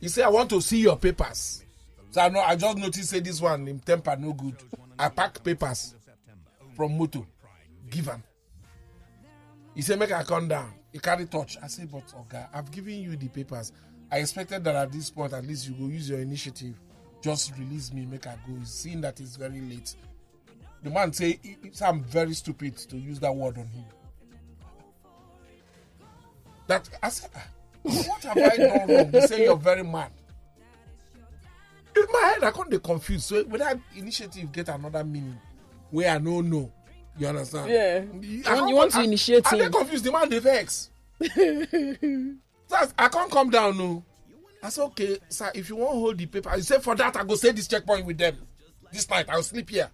Speaker 2: he say i want to see your papers so i know i just notice say this one him temper no good i pack papers from motor give am he say make i come down he carry torch i say but oga i've given you the papers i expected that at this point at least you go use your initiative just release me make i go seeing that it's very late the man say "It- it's i'm very stupid to use that word on him that i said "Ah, what have i done wrong he say you're very mad in my head i come dey confused so whether initiative get another meaning wey i no know you understand
Speaker 7: Yeah.
Speaker 2: I
Speaker 7: When
Speaker 2: can't
Speaker 7: you want
Speaker 2: come-
Speaker 7: to initiate
Speaker 2: i, I dey
Speaker 7: him.
Speaker 2: confused the man dey vex so I, i come come down no i say okay sir if you wan hold the paper you say for that i go stay this checkpoint with them this night i go sleep here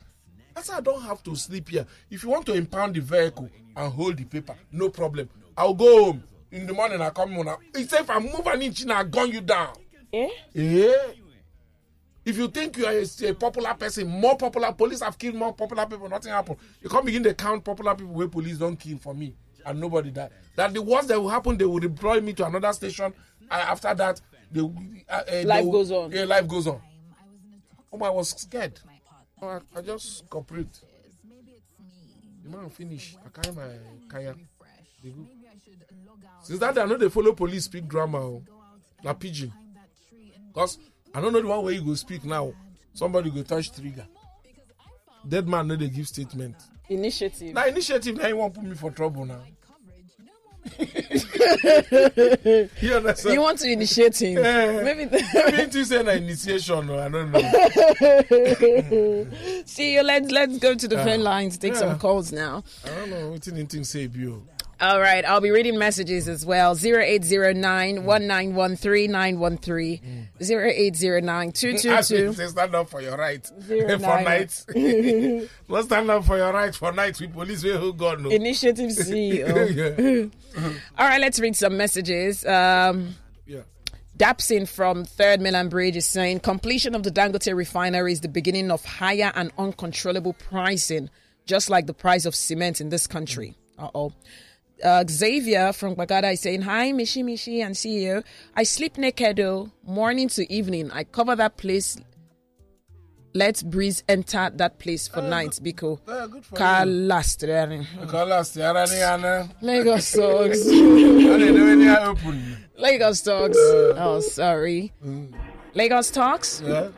Speaker 2: I said, I don't have to sleep here. If you want to impound the vehicle and hold the paper, no problem. I'll go home. In the morning, I come home. He said, if I move an inch, I'll gun you down.
Speaker 7: Eh?
Speaker 2: Yeah. If you think you are a, a popular person, more popular, police have killed more popular people, nothing happened. You can't begin to count popular people where police don't kill for me and nobody died. That the worst that will happen, they will deploy me to another station. And after that, they, will- uh, uh, they
Speaker 7: Life
Speaker 2: will-
Speaker 7: goes on.
Speaker 2: Yeah, life goes on. Oh, I was scared. Oh, I, I just cooperate. The man finish. I carry my kaya. They go. Since that day, I know they follow police speak grammar. oh. Na pidgin. Because I don't know the one way you go speak now. Somebody go touch trigger. Dead man know they give statement.
Speaker 7: Initiative.
Speaker 2: Now initiative now you won't put me for trouble now. <laughs> you understand?
Speaker 7: you want to initiate him.
Speaker 2: Eh.
Speaker 7: Maybe <laughs>
Speaker 2: Maybe it is an initiation, oh, I don't know.
Speaker 7: see you. Let's let's go to the phone lines. Take
Speaker 2: Yeah.
Speaker 7: some calls now.
Speaker 2: I don't know what anything say e you.
Speaker 7: All right, I'll be reading messages as well. 0809 1913
Speaker 2: Mm.
Speaker 7: 913
Speaker 2: <laughs>
Speaker 7: 0809
Speaker 2: Ask me
Speaker 7: 222
Speaker 2: to say stand up for your right <laughs>
Speaker 7: Zero
Speaker 2: for
Speaker 7: nine.
Speaker 2: night. <laughs> Not stand up for your right for night with police wey hold gun. no.
Speaker 7: Initiative CEO.
Speaker 2: <laughs>
Speaker 7: <laughs>
Speaker 2: yeah.
Speaker 7: All right, let's read some messages. Um,
Speaker 2: yeah.
Speaker 7: Dapsin from Third Milan Bridge is saying completion of the Dangote refinery is the beginning of higher and uncontrollable pricing, just like the price of cement in this country. Uh oh. Uh, Xavier from Bagada is saying, Hi, Mishi Mishi and CEO. I sleep naked, oh, morning to evening. I cover that place. Let breeze enter that place for night, Biko.
Speaker 2: yeah, good for
Speaker 7: Car
Speaker 2: you.
Speaker 7: last. eh,
Speaker 2: Colours ti ara ni ana.
Speaker 7: <laughs> Lagos sucks.
Speaker 2: I dey do any eye open.
Speaker 7: Lagos talks. Oh, sorry. Lagos talks.
Speaker 2: Mm. Yeah.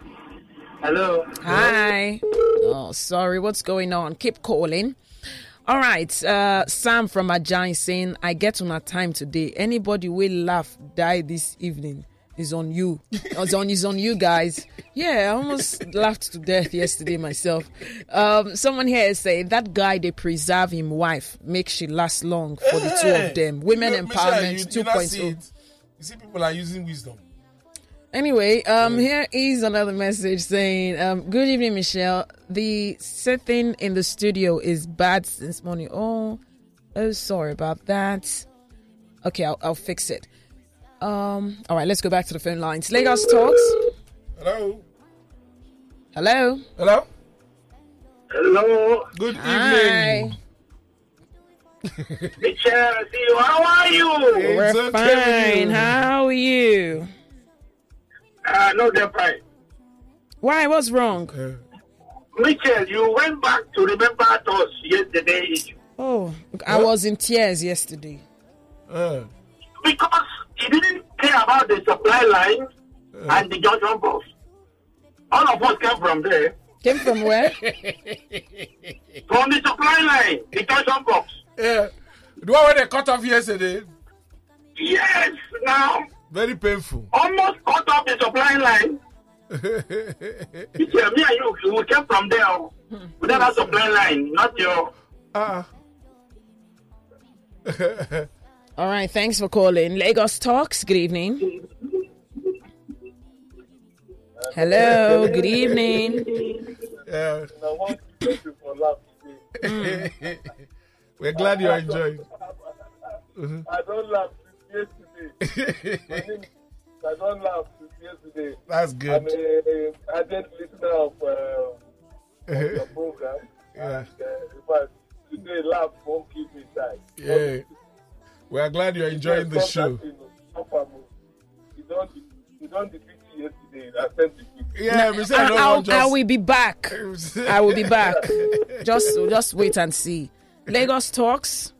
Speaker 3: Hello.
Speaker 7: Hi. Oh, sorry. What's going on? Keep calling. All right. Uh, Sam from Ajay saying, I get on a time today. Anybody will laugh, die this evening. Is on you. It's on, it's on you guys. Yeah, I almost <laughs> laughed to death yesterday myself. Um, someone here is saying that guy they preserve him wife make she last long for the two of them. Women
Speaker 2: You know, Michelle,
Speaker 7: empowerment oh."
Speaker 2: you, you not see
Speaker 7: 2.0.
Speaker 2: it. You see, people are using wisdom.
Speaker 7: Anyway,
Speaker 2: Mm.
Speaker 7: um, here is another message saying, um, "Good evening, Michelle. The setting in the studio is bad since morning. Oh, oh, sorry about that. Okay, I'll, I'll fix it. Um, all right, let's go back to the phone lines. Lagos talks.
Speaker 2: Hello.
Speaker 7: Hello.
Speaker 2: Hello.
Speaker 3: Hello.
Speaker 2: Good evening.
Speaker 7: Hi.
Speaker 3: <laughs> Michelle, how are you?
Speaker 7: We're
Speaker 2: It's okay with
Speaker 7: fine.
Speaker 2: you.
Speaker 7: How are you?
Speaker 3: Uh, no, they're fine.
Speaker 7: Why? What's wrong?
Speaker 2: Uh,
Speaker 3: Michelle, you went back to remember us yesterday
Speaker 7: Oh, I was in tears yesterday.
Speaker 2: uh,
Speaker 3: because he didn't care about the supply line
Speaker 2: Uh-huh.
Speaker 3: and the Jordan box. All of us came from there.
Speaker 7: Came from
Speaker 2: <laughs>
Speaker 7: where?
Speaker 3: From the supply line, the Jordan box.
Speaker 2: yeah. Eh, The one where they cut off yesterday,
Speaker 3: Yes, now
Speaker 2: very painful. <laughs>
Speaker 3: almost cut off the supply line. Michelle, me and you, we came from there. oh. Without that supply line, not your.
Speaker 2: Ah. <laughs>
Speaker 7: All right. Thanks for calling. Lagos Talks. Good evening. Hello. Good evening.
Speaker 2: Yeah. <laughs> We're glad you're enjoying. <laughs>
Speaker 10: I don't laugh since yesterday. I don't laugh since yesterday.
Speaker 2: That's
Speaker 10: I'm
Speaker 2: good.
Speaker 10: a avid listener of uh, your program.
Speaker 2: <laughs> Yeah.
Speaker 10: Uh, but today, laugh won't keep me tight.
Speaker 2: yeah. We're glad you're enjoying the
Speaker 10: Because
Speaker 2: show.
Speaker 10: that thing was so famous. oh. You don't, you don't defeat me yesterday. I sent it to you.
Speaker 2: Yeah, we said I don't
Speaker 7: I'll,
Speaker 2: want
Speaker 7: I
Speaker 2: just.
Speaker 7: will be back. I will be
Speaker 2: <laughs>
Speaker 7: back. Just, just wait and see. Lagos Talks.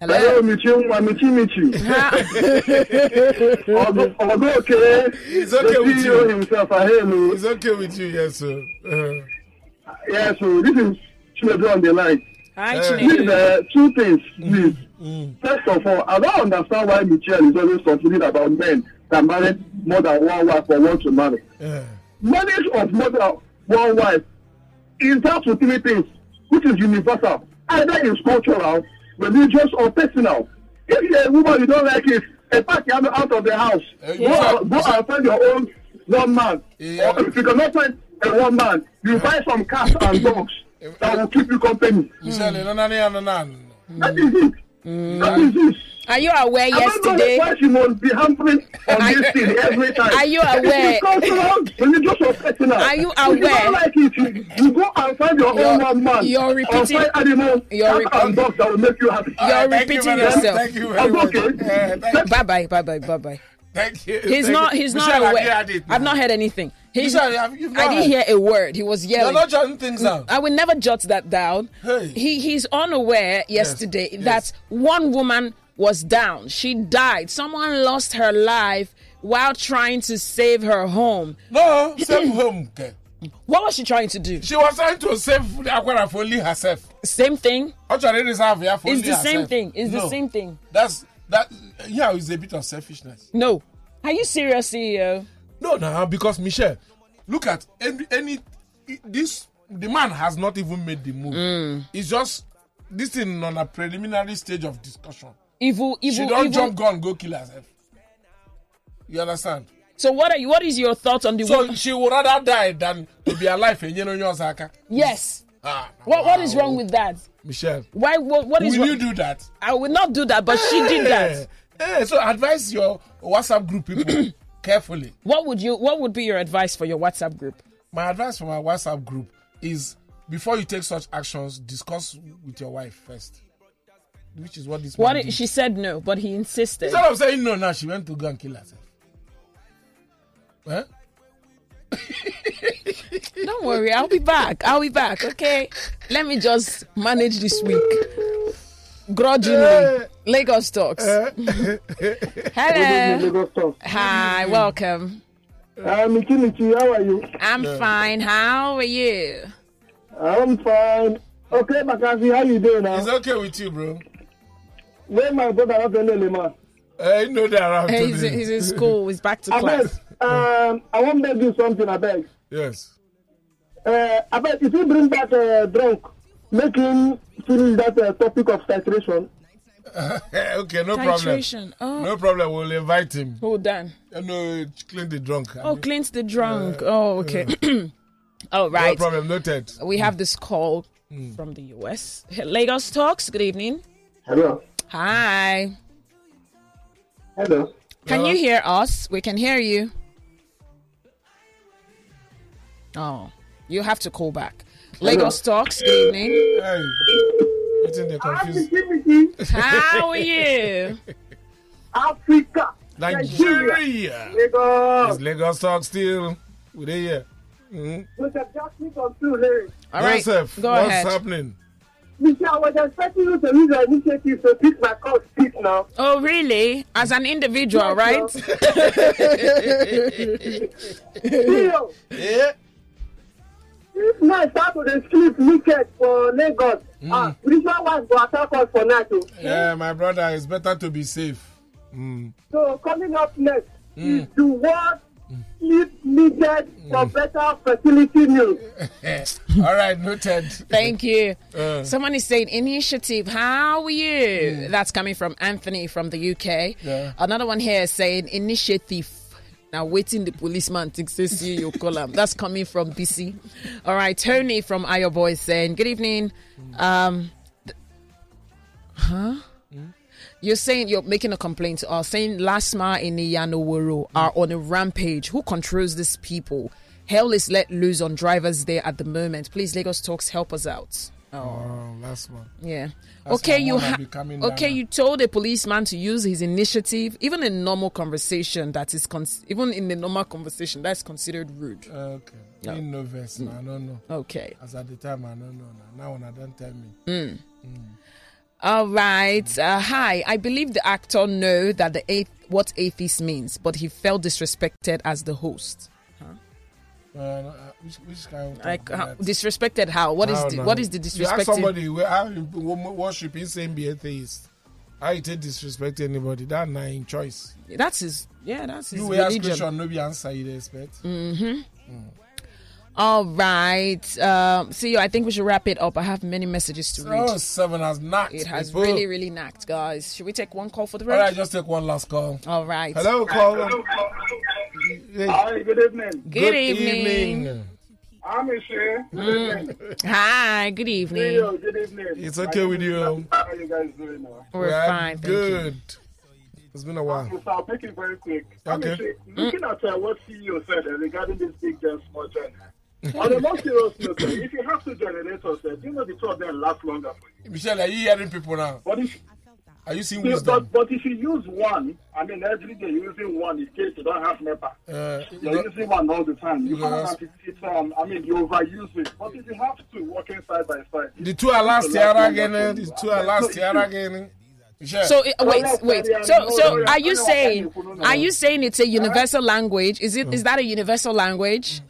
Speaker 7: Hello.
Speaker 10: Michi, Michi, Michi. Although, okay, E
Speaker 2: It's okay with you.
Speaker 10: himself, I hear you.
Speaker 2: It's okay with you, yes, sir. Uh,
Speaker 10: Yeah, so oh, this is Chinedu on the line.
Speaker 7: Hi,
Speaker 2: Hey.
Speaker 10: Please,
Speaker 7: Chinedu.
Speaker 10: uh, two things, please. First of all, I don't understand why Michelle is always complaining about men that marry more than one wife or want to marry.
Speaker 2: uh,
Speaker 10: Marriage of more than one wife is down to three things, which is universal. Either it's cultural, religious, or personal. If you're a woman, you don't like it, epack you out of the house.
Speaker 2: Uh,
Speaker 10: Go,
Speaker 2: yeah.
Speaker 10: out, go and find your own one man.
Speaker 2: Yeah.
Speaker 10: Or if you cannot find, and one man. You buy some cats and dogs that will keep you company.
Speaker 2: Michelle, no, no, no, no, no.
Speaker 10: That is it. That is it.
Speaker 7: Are you aware
Speaker 10: I don't know
Speaker 7: Mm. yesterday?
Speaker 10: Why she must be hampering on this thing every time?
Speaker 7: <laughs> Are you aware?
Speaker 10: It is cultural, religious, or personal.
Speaker 7: Are you
Speaker 10: If you
Speaker 7: aware?
Speaker 10: don't like it, you, you go and find your
Speaker 7: You're-
Speaker 10: own one man.
Speaker 7: you're repeating-
Speaker 10: Or find animals,
Speaker 7: you're
Speaker 10: cats
Speaker 7: repeating-
Speaker 10: and dogs that will make you happy.
Speaker 7: You're
Speaker 2: Thank you
Speaker 7: repeating
Speaker 2: very much.
Speaker 7: yourself.
Speaker 2: Thank you very
Speaker 10: I'm
Speaker 2: much.
Speaker 10: okay.
Speaker 2: Eh, thank-
Speaker 7: Bye bye, bye bye, bye bye.
Speaker 2: Thank you.
Speaker 7: He's
Speaker 2: Thank
Speaker 7: not.
Speaker 2: you.
Speaker 7: He's
Speaker 2: Michelle,
Speaker 7: not
Speaker 2: have
Speaker 7: aware.
Speaker 2: you had it
Speaker 7: I've
Speaker 2: now?
Speaker 7: not heard anything. He's.
Speaker 2: Michelle, have you- you've
Speaker 7: I
Speaker 2: not
Speaker 7: didn't
Speaker 2: heard.
Speaker 7: hear a word. He was
Speaker 2: You're
Speaker 7: yelling.
Speaker 2: not jotting things down.
Speaker 7: I will never jot that down.
Speaker 2: Hey.
Speaker 7: He he's unaware yesterday
Speaker 2: yes.
Speaker 7: that one woman was down. She died. Someone lost her life while trying to save her home.
Speaker 2: No, save home. Okay.
Speaker 7: What was she trying to do?
Speaker 2: She was trying to save Aquara for only herself.
Speaker 7: Same thing.
Speaker 2: Actually, reserve here for
Speaker 7: It's
Speaker 2: only
Speaker 7: the same
Speaker 2: herself.
Speaker 7: thing. It's the
Speaker 2: Oh, No.
Speaker 7: same thing.
Speaker 2: That's that. Yeah, it's a bit of selfishness.
Speaker 7: No. Are you serious, E CEO?
Speaker 2: No, no, because Michelle, look at any, any this the man has not even made the move.
Speaker 7: Mm.
Speaker 2: It's just this thing on a preliminary stage of discussion.
Speaker 7: Evil,
Speaker 2: She
Speaker 7: evil,
Speaker 2: don't
Speaker 7: evil.
Speaker 2: jump gun, go kill herself. You understand?
Speaker 7: So what are you? What is your thoughts on the?
Speaker 2: So
Speaker 7: wo-
Speaker 2: she would rather die than to be alive. And you know, you're Osaka.
Speaker 7: yes.
Speaker 2: Ah,
Speaker 7: What What is
Speaker 2: wow.
Speaker 7: wrong with that?
Speaker 2: Michelle?
Speaker 7: Why? What, what is?
Speaker 2: Will you
Speaker 7: wrong-
Speaker 2: do that?
Speaker 7: I will not do that. But she did that.
Speaker 2: Eh, eh, so advise your WhatsApp group
Speaker 7: <clears throat>
Speaker 2: people carefully.
Speaker 7: What would you? What would be your advice for your WhatsApp group?
Speaker 2: My advice for my WhatsApp group is before you take such actions, discuss with your wife first. Which is what this
Speaker 7: What
Speaker 2: man
Speaker 7: i-
Speaker 2: did.
Speaker 7: she said no, but he insisted.
Speaker 2: Instead of saying no now, she went to go and kill herself. Eh?
Speaker 7: Don't worry, I'll be back. I'll be back. Okay, let me just manage this week. Grudgingly, Lagos talks. Hello, hi, welcome.
Speaker 10: Uh, Michi, Michi, how are you?
Speaker 7: I'm fine. How are you?
Speaker 10: I'm fine. Okay, Bakasi, how you doing now?
Speaker 2: It's okay with you, bro.
Speaker 10: Where my brother not any lema.
Speaker 2: I Eh, know that around
Speaker 7: Hey, He's,
Speaker 2: today.
Speaker 7: he's in school. He's back to
Speaker 10: I beg,
Speaker 7: class.
Speaker 10: um, I want to do something. I beg.
Speaker 2: <laughs> Yes. <laughs>
Speaker 10: Uh, I beg if you bring back uh, drunk, make him finish that uh, topic of titration.
Speaker 2: Eh, okay, no
Speaker 7: Titration.
Speaker 2: problem.
Speaker 7: Oh.
Speaker 2: No problem. We'll invite him.
Speaker 7: Hold on.
Speaker 2: Eh, No, clean the drunk.
Speaker 7: Oh, cleanse the drunk. Oh, okay. <clears throat> All
Speaker 2: No
Speaker 7: right.
Speaker 2: problem. Noted.
Speaker 7: We have this call
Speaker 2: Mm.
Speaker 7: from the US. Lagos talks. Good evening.
Speaker 10: Hello.
Speaker 7: Hi.
Speaker 10: Hello.
Speaker 7: Can you hear us? We can hear you. Oh, you have to call back. Lagos Talks, good evening.
Speaker 2: Hey, I think they're confused.
Speaker 7: How are you?
Speaker 10: Africa.
Speaker 2: Nigeria
Speaker 10: Lagos.
Speaker 2: is Lagos talk still. We dey here.
Speaker 10: You can just me on two lyrics.
Speaker 7: All right.
Speaker 2: <laughs> Joseph,
Speaker 7: go
Speaker 2: what's
Speaker 7: ahead.
Speaker 2: happening?
Speaker 10: Michelle, I was expecting you to use an initiative to pick my call speak now.
Speaker 7: Oh, really? As an individual, right?
Speaker 10: <laughs> Deal.
Speaker 2: Yeah.
Speaker 10: If night start to dey sleep naked for Lagos,
Speaker 2: Hmm.
Speaker 10: ah, spiritual ones go attack us for night oh? o.
Speaker 2: Yeah, my brother, it's better to be safe.
Speaker 7: <laughs>
Speaker 2: Mm.
Speaker 10: So coming up next
Speaker 2: Hmm.
Speaker 10: is the world sleep needed for better fertility news.
Speaker 2: All right, noted.
Speaker 7: Thank you.
Speaker 2: <laughs> Uh. Mm.
Speaker 7: Someone is saying initiative. How are you? That's coming from Anthony from the UK.
Speaker 2: Yeah.
Speaker 7: Another one here is saying initiative. Now waiting the policeman to says you you call
Speaker 2: <laughs>
Speaker 7: him. That's coming from BC. All right, Tony from Ayoboy is saying good evening.
Speaker 2: Mm.
Speaker 7: Um, th- huh? You're saying you're making a complaint to us, saying Lasma in Iyanoworo are on a rampage. Who controls these people? Hell is let loose on drivers there at the moment. Please, Lagos Talks, help us out.
Speaker 2: Oh, last one.
Speaker 7: Yeah.
Speaker 2: That's
Speaker 7: okay,
Speaker 2: my
Speaker 7: you
Speaker 2: mother
Speaker 7: ha-
Speaker 2: becoming
Speaker 7: okay.
Speaker 2: Nana.
Speaker 7: You told a policeman to use his initiative, even in normal conversation. That is con- even in the normal conversation that's considered rude.
Speaker 2: Okay. No. Me no verse, now, I don't know.
Speaker 7: Okay.
Speaker 2: As at the time, I don't know. Now, now una don't tell me.
Speaker 7: All right. Uh, hi. I believe the actor know that the eighth what atheist means, but he felt disrespected as the host.
Speaker 2: Uh, no, uh, which, which kind of
Speaker 7: Like
Speaker 2: talk
Speaker 7: how,
Speaker 2: be that?
Speaker 7: disrespected? How? What is
Speaker 2: How
Speaker 7: the,
Speaker 2: now?
Speaker 7: what is the
Speaker 2: You ask
Speaker 7: disrespecting?
Speaker 2: somebody where how you worship him, saying be atheist. How you take disrespect anybody? That na him choice.
Speaker 7: That's his. Yeah, that's his
Speaker 2: You will ask
Speaker 7: religion. Mm,
Speaker 2: question, no be answer you dey expect.
Speaker 7: All right. Um, see you. I think we should wrap it up. I have many messages to read.
Speaker 2: Oh, seven has knocked.
Speaker 7: It has
Speaker 2: people.
Speaker 7: really, really knacked, guys. Should we take one call for the
Speaker 2: All right,
Speaker 7: road?
Speaker 2: just take one last call.
Speaker 7: All right.
Speaker 2: Hello, caller.
Speaker 10: Hi, good evening.
Speaker 7: Good, evening.
Speaker 10: I'm in share.
Speaker 7: Hi, good evening.
Speaker 10: Yo, good evening.
Speaker 2: Hmm. It's okay with you.
Speaker 10: How you guys doing now?
Speaker 7: We're
Speaker 2: Yeah,
Speaker 7: fine. Thank You.
Speaker 2: Good. It's been a while.
Speaker 10: So I'll make it very quick. I'm
Speaker 2: Ah. Okay. Hmm.
Speaker 10: actually Looking at uh, what CEO said uh, regarding this big and
Speaker 2: <laughs>
Speaker 10: small joiner. On a more serious note, uh, if you have two generators, uh, do you know the two of them last longer for you?
Speaker 2: Michelle, are you hearing people now?
Speaker 10: But if,
Speaker 2: Are you seeing wisdom?
Speaker 10: but, but if you use one, I mean, every day you're using one in case you don't have NEPA.
Speaker 2: Uh,
Speaker 10: You're using one all the time. You
Speaker 2: Yes.
Speaker 10: can't, it's, it's, um, I mean, you overuse it. But if you have two working side by side,
Speaker 2: the two are last year again. eh? The two are last year again. Michelle.
Speaker 7: So uh, wait,
Speaker 10: no,
Speaker 7: wait.
Speaker 10: sorry, I
Speaker 7: So,
Speaker 10: know,
Speaker 7: so
Speaker 10: sorry, I
Speaker 7: are you
Speaker 10: know, I
Speaker 7: saying,
Speaker 10: know, I know.
Speaker 7: are you saying it's a universal language? Is
Speaker 2: Hmm.
Speaker 7: it is that a universal language?
Speaker 10: Uh,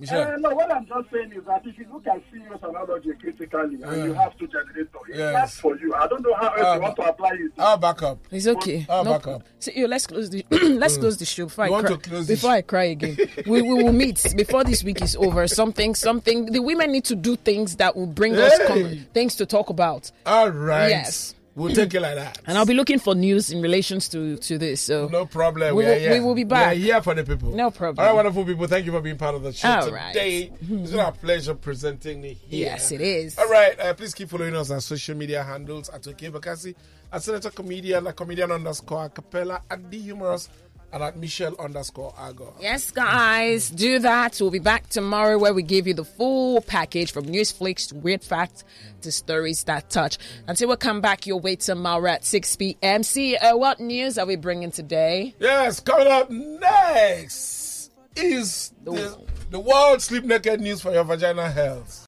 Speaker 2: Michelle.
Speaker 10: no, what I'm just saying is that if you look at serious analogy critically and you
Speaker 2: Yeah.
Speaker 10: have to generate it,
Speaker 2: Yes.
Speaker 10: that's for you. I don't know how else
Speaker 2: Ah,
Speaker 10: you want to apply it.
Speaker 2: I'll back up.
Speaker 7: It's okay.
Speaker 2: I'll Oh, back up. Hmm.
Speaker 7: So, yo, let's close the <clears throat> let's close the show before
Speaker 2: You
Speaker 7: I
Speaker 2: want
Speaker 7: cry,
Speaker 2: to close the
Speaker 7: before
Speaker 2: show?
Speaker 7: I cry again. we, we will meet before this week is over. Something something. The women need to do things that will bring us
Speaker 2: Hey!
Speaker 7: com- things to talk about.
Speaker 2: All right.
Speaker 7: Yes.
Speaker 2: We'll take it like that.
Speaker 7: And I'll be looking for news in relations to to this. So
Speaker 2: No problem.
Speaker 7: We
Speaker 2: We,
Speaker 7: will-
Speaker 2: are here.
Speaker 7: we will be back.
Speaker 2: We are here for the people.
Speaker 7: No problem.
Speaker 2: All right, wonderful people. Thank you for being part of the show
Speaker 7: All right.
Speaker 2: today. It's been a pleasure presenting it here.
Speaker 7: Yes, it is.
Speaker 2: All right. Uh, please keep following us on social media handles at Okebakasi, at Senator Comedian, at Comedian underscore Acapella, at The Humorous, and at Michelle underscore Ago.
Speaker 7: Yes, guys, do that. We'll be back tomorrow where we give you the full package from news flicks to weird facts to stories that touch. Until we come back your way tomorrow at 6 p.m. See, uh, what news are we bringing today?
Speaker 2: Yes, coming up next is the, the world sleep naked news for your vagina health.